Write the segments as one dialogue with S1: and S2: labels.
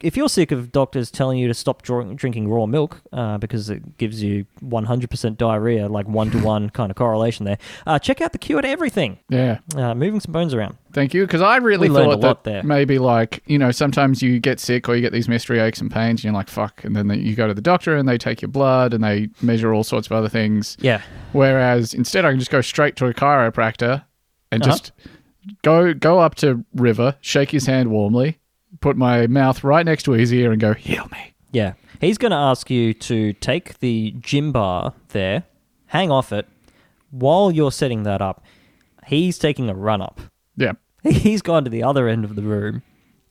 S1: if you're sick of doctors telling you to stop drawing, drinking raw milk uh, because it gives you 100% diarrhea, like one to one kind of correlation there, uh, check out the cure to everything.
S2: Yeah.
S1: Uh, moving some bones around.
S2: Thank you. Because I really
S1: We learned
S2: thought
S1: a lot
S2: that
S1: there.
S2: maybe like you know sometimes you get sick or you get these mystery aches and pains and you're like fuck, and then you go to the doctor and they take your blood and they measure all sorts of other things.
S1: Yeah.
S2: Whereas instead I can just go straight to a chiropractor and
S1: Uh-huh.
S2: just go go up to River, shake his hand warmly, put my mouth right next to his ear, and go heal me.
S1: Yeah. He's going to ask you to take the gym bar there, hang off it. While you're setting that up, he's taking a run up.
S2: Yeah.
S1: He's gone to the other end of the room.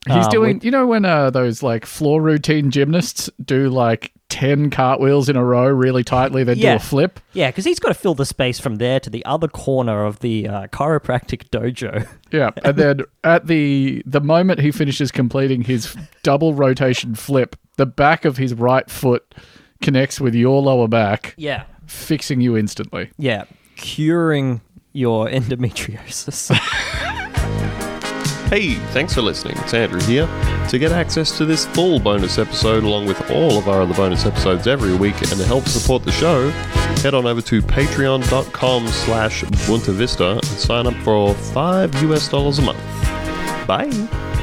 S2: He's
S1: Uh,
S2: doing, you know, when uh, those like floor routine gymnasts do like 10 cartwheels in a row really tightly, then do
S1: Yeah.
S2: a flip?
S1: Yeah, because he's got to fill the space from there to the other corner of the uh, chiropractic dojo.
S2: Yeah. And then at the the moment he finishes completing his double rotation flip, the back of his right foot connects with your lower back,
S1: Yeah.
S2: fixing you instantly.
S1: Yeah. Curing your endometriosis.
S3: Hey, thanks for listening. It's Andrew here. To get access to this full bonus episode, along with all of our other bonus episodes every week, and to help support the show, head on over to patreon.com slash Bunta Vista and sign up for five US dollars a month. Bye.